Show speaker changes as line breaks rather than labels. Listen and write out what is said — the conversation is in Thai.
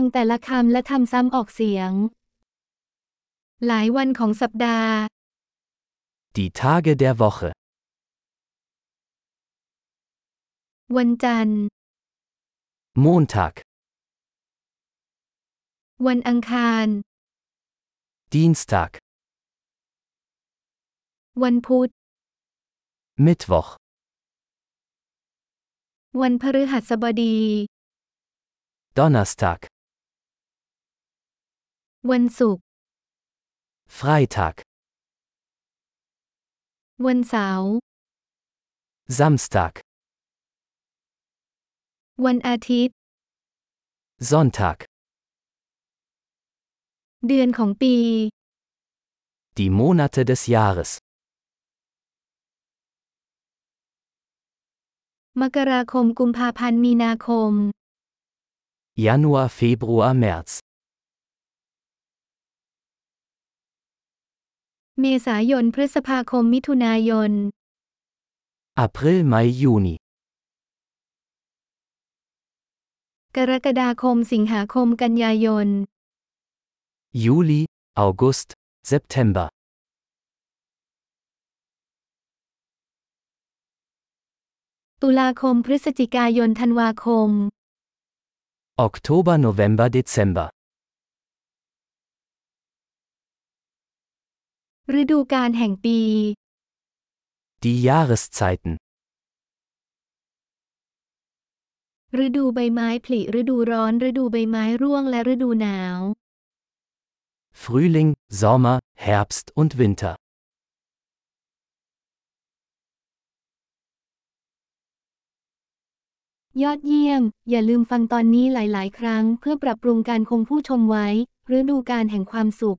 งแต่ละคำและทำซ้ำออกเสียง หลายวันของสัปดาห์
Die Tage der Woche.
วันจันทร์
Montag,
วันอังคาร
Dienstag,
วันพุธ
Mittwoch,
วันพฤหัสบดี
Donnerstag,
วันศุกร์
Freitag,
วันเสาร์
Samstag,
วันอาทิตย์
Sonntag.
เดือนของปี
Die Monate des Jahres.
มกราคมกุมภาพันธ์มีนาคม
Januar, Februar, März,
เมษายนพฤษภาคมมิถุนายน
April, Mai, Juni,
กรกฎาคมสิงหาคมกันยายน
Juli, August, September,
ตุลาคมพฤศจิกายนธันวาคม
Oktober, November, Dezember,
ฤดูกาลแห่งปี
die Jahreszeiten,
ฤดูใบไม้ผลิฤดูร้อน ฤดูใบไม้ร่วงและฤดูหนาว
Frühling, Sommer, Herbst und Winter,
ยอดเยี่ยม อย่าลืมฟังตอนนี้หลาย ๆ ครั้ง เพื่อปรับปรุงการคงผู้ชมไว้ ฤดูกาลแห่งความสุข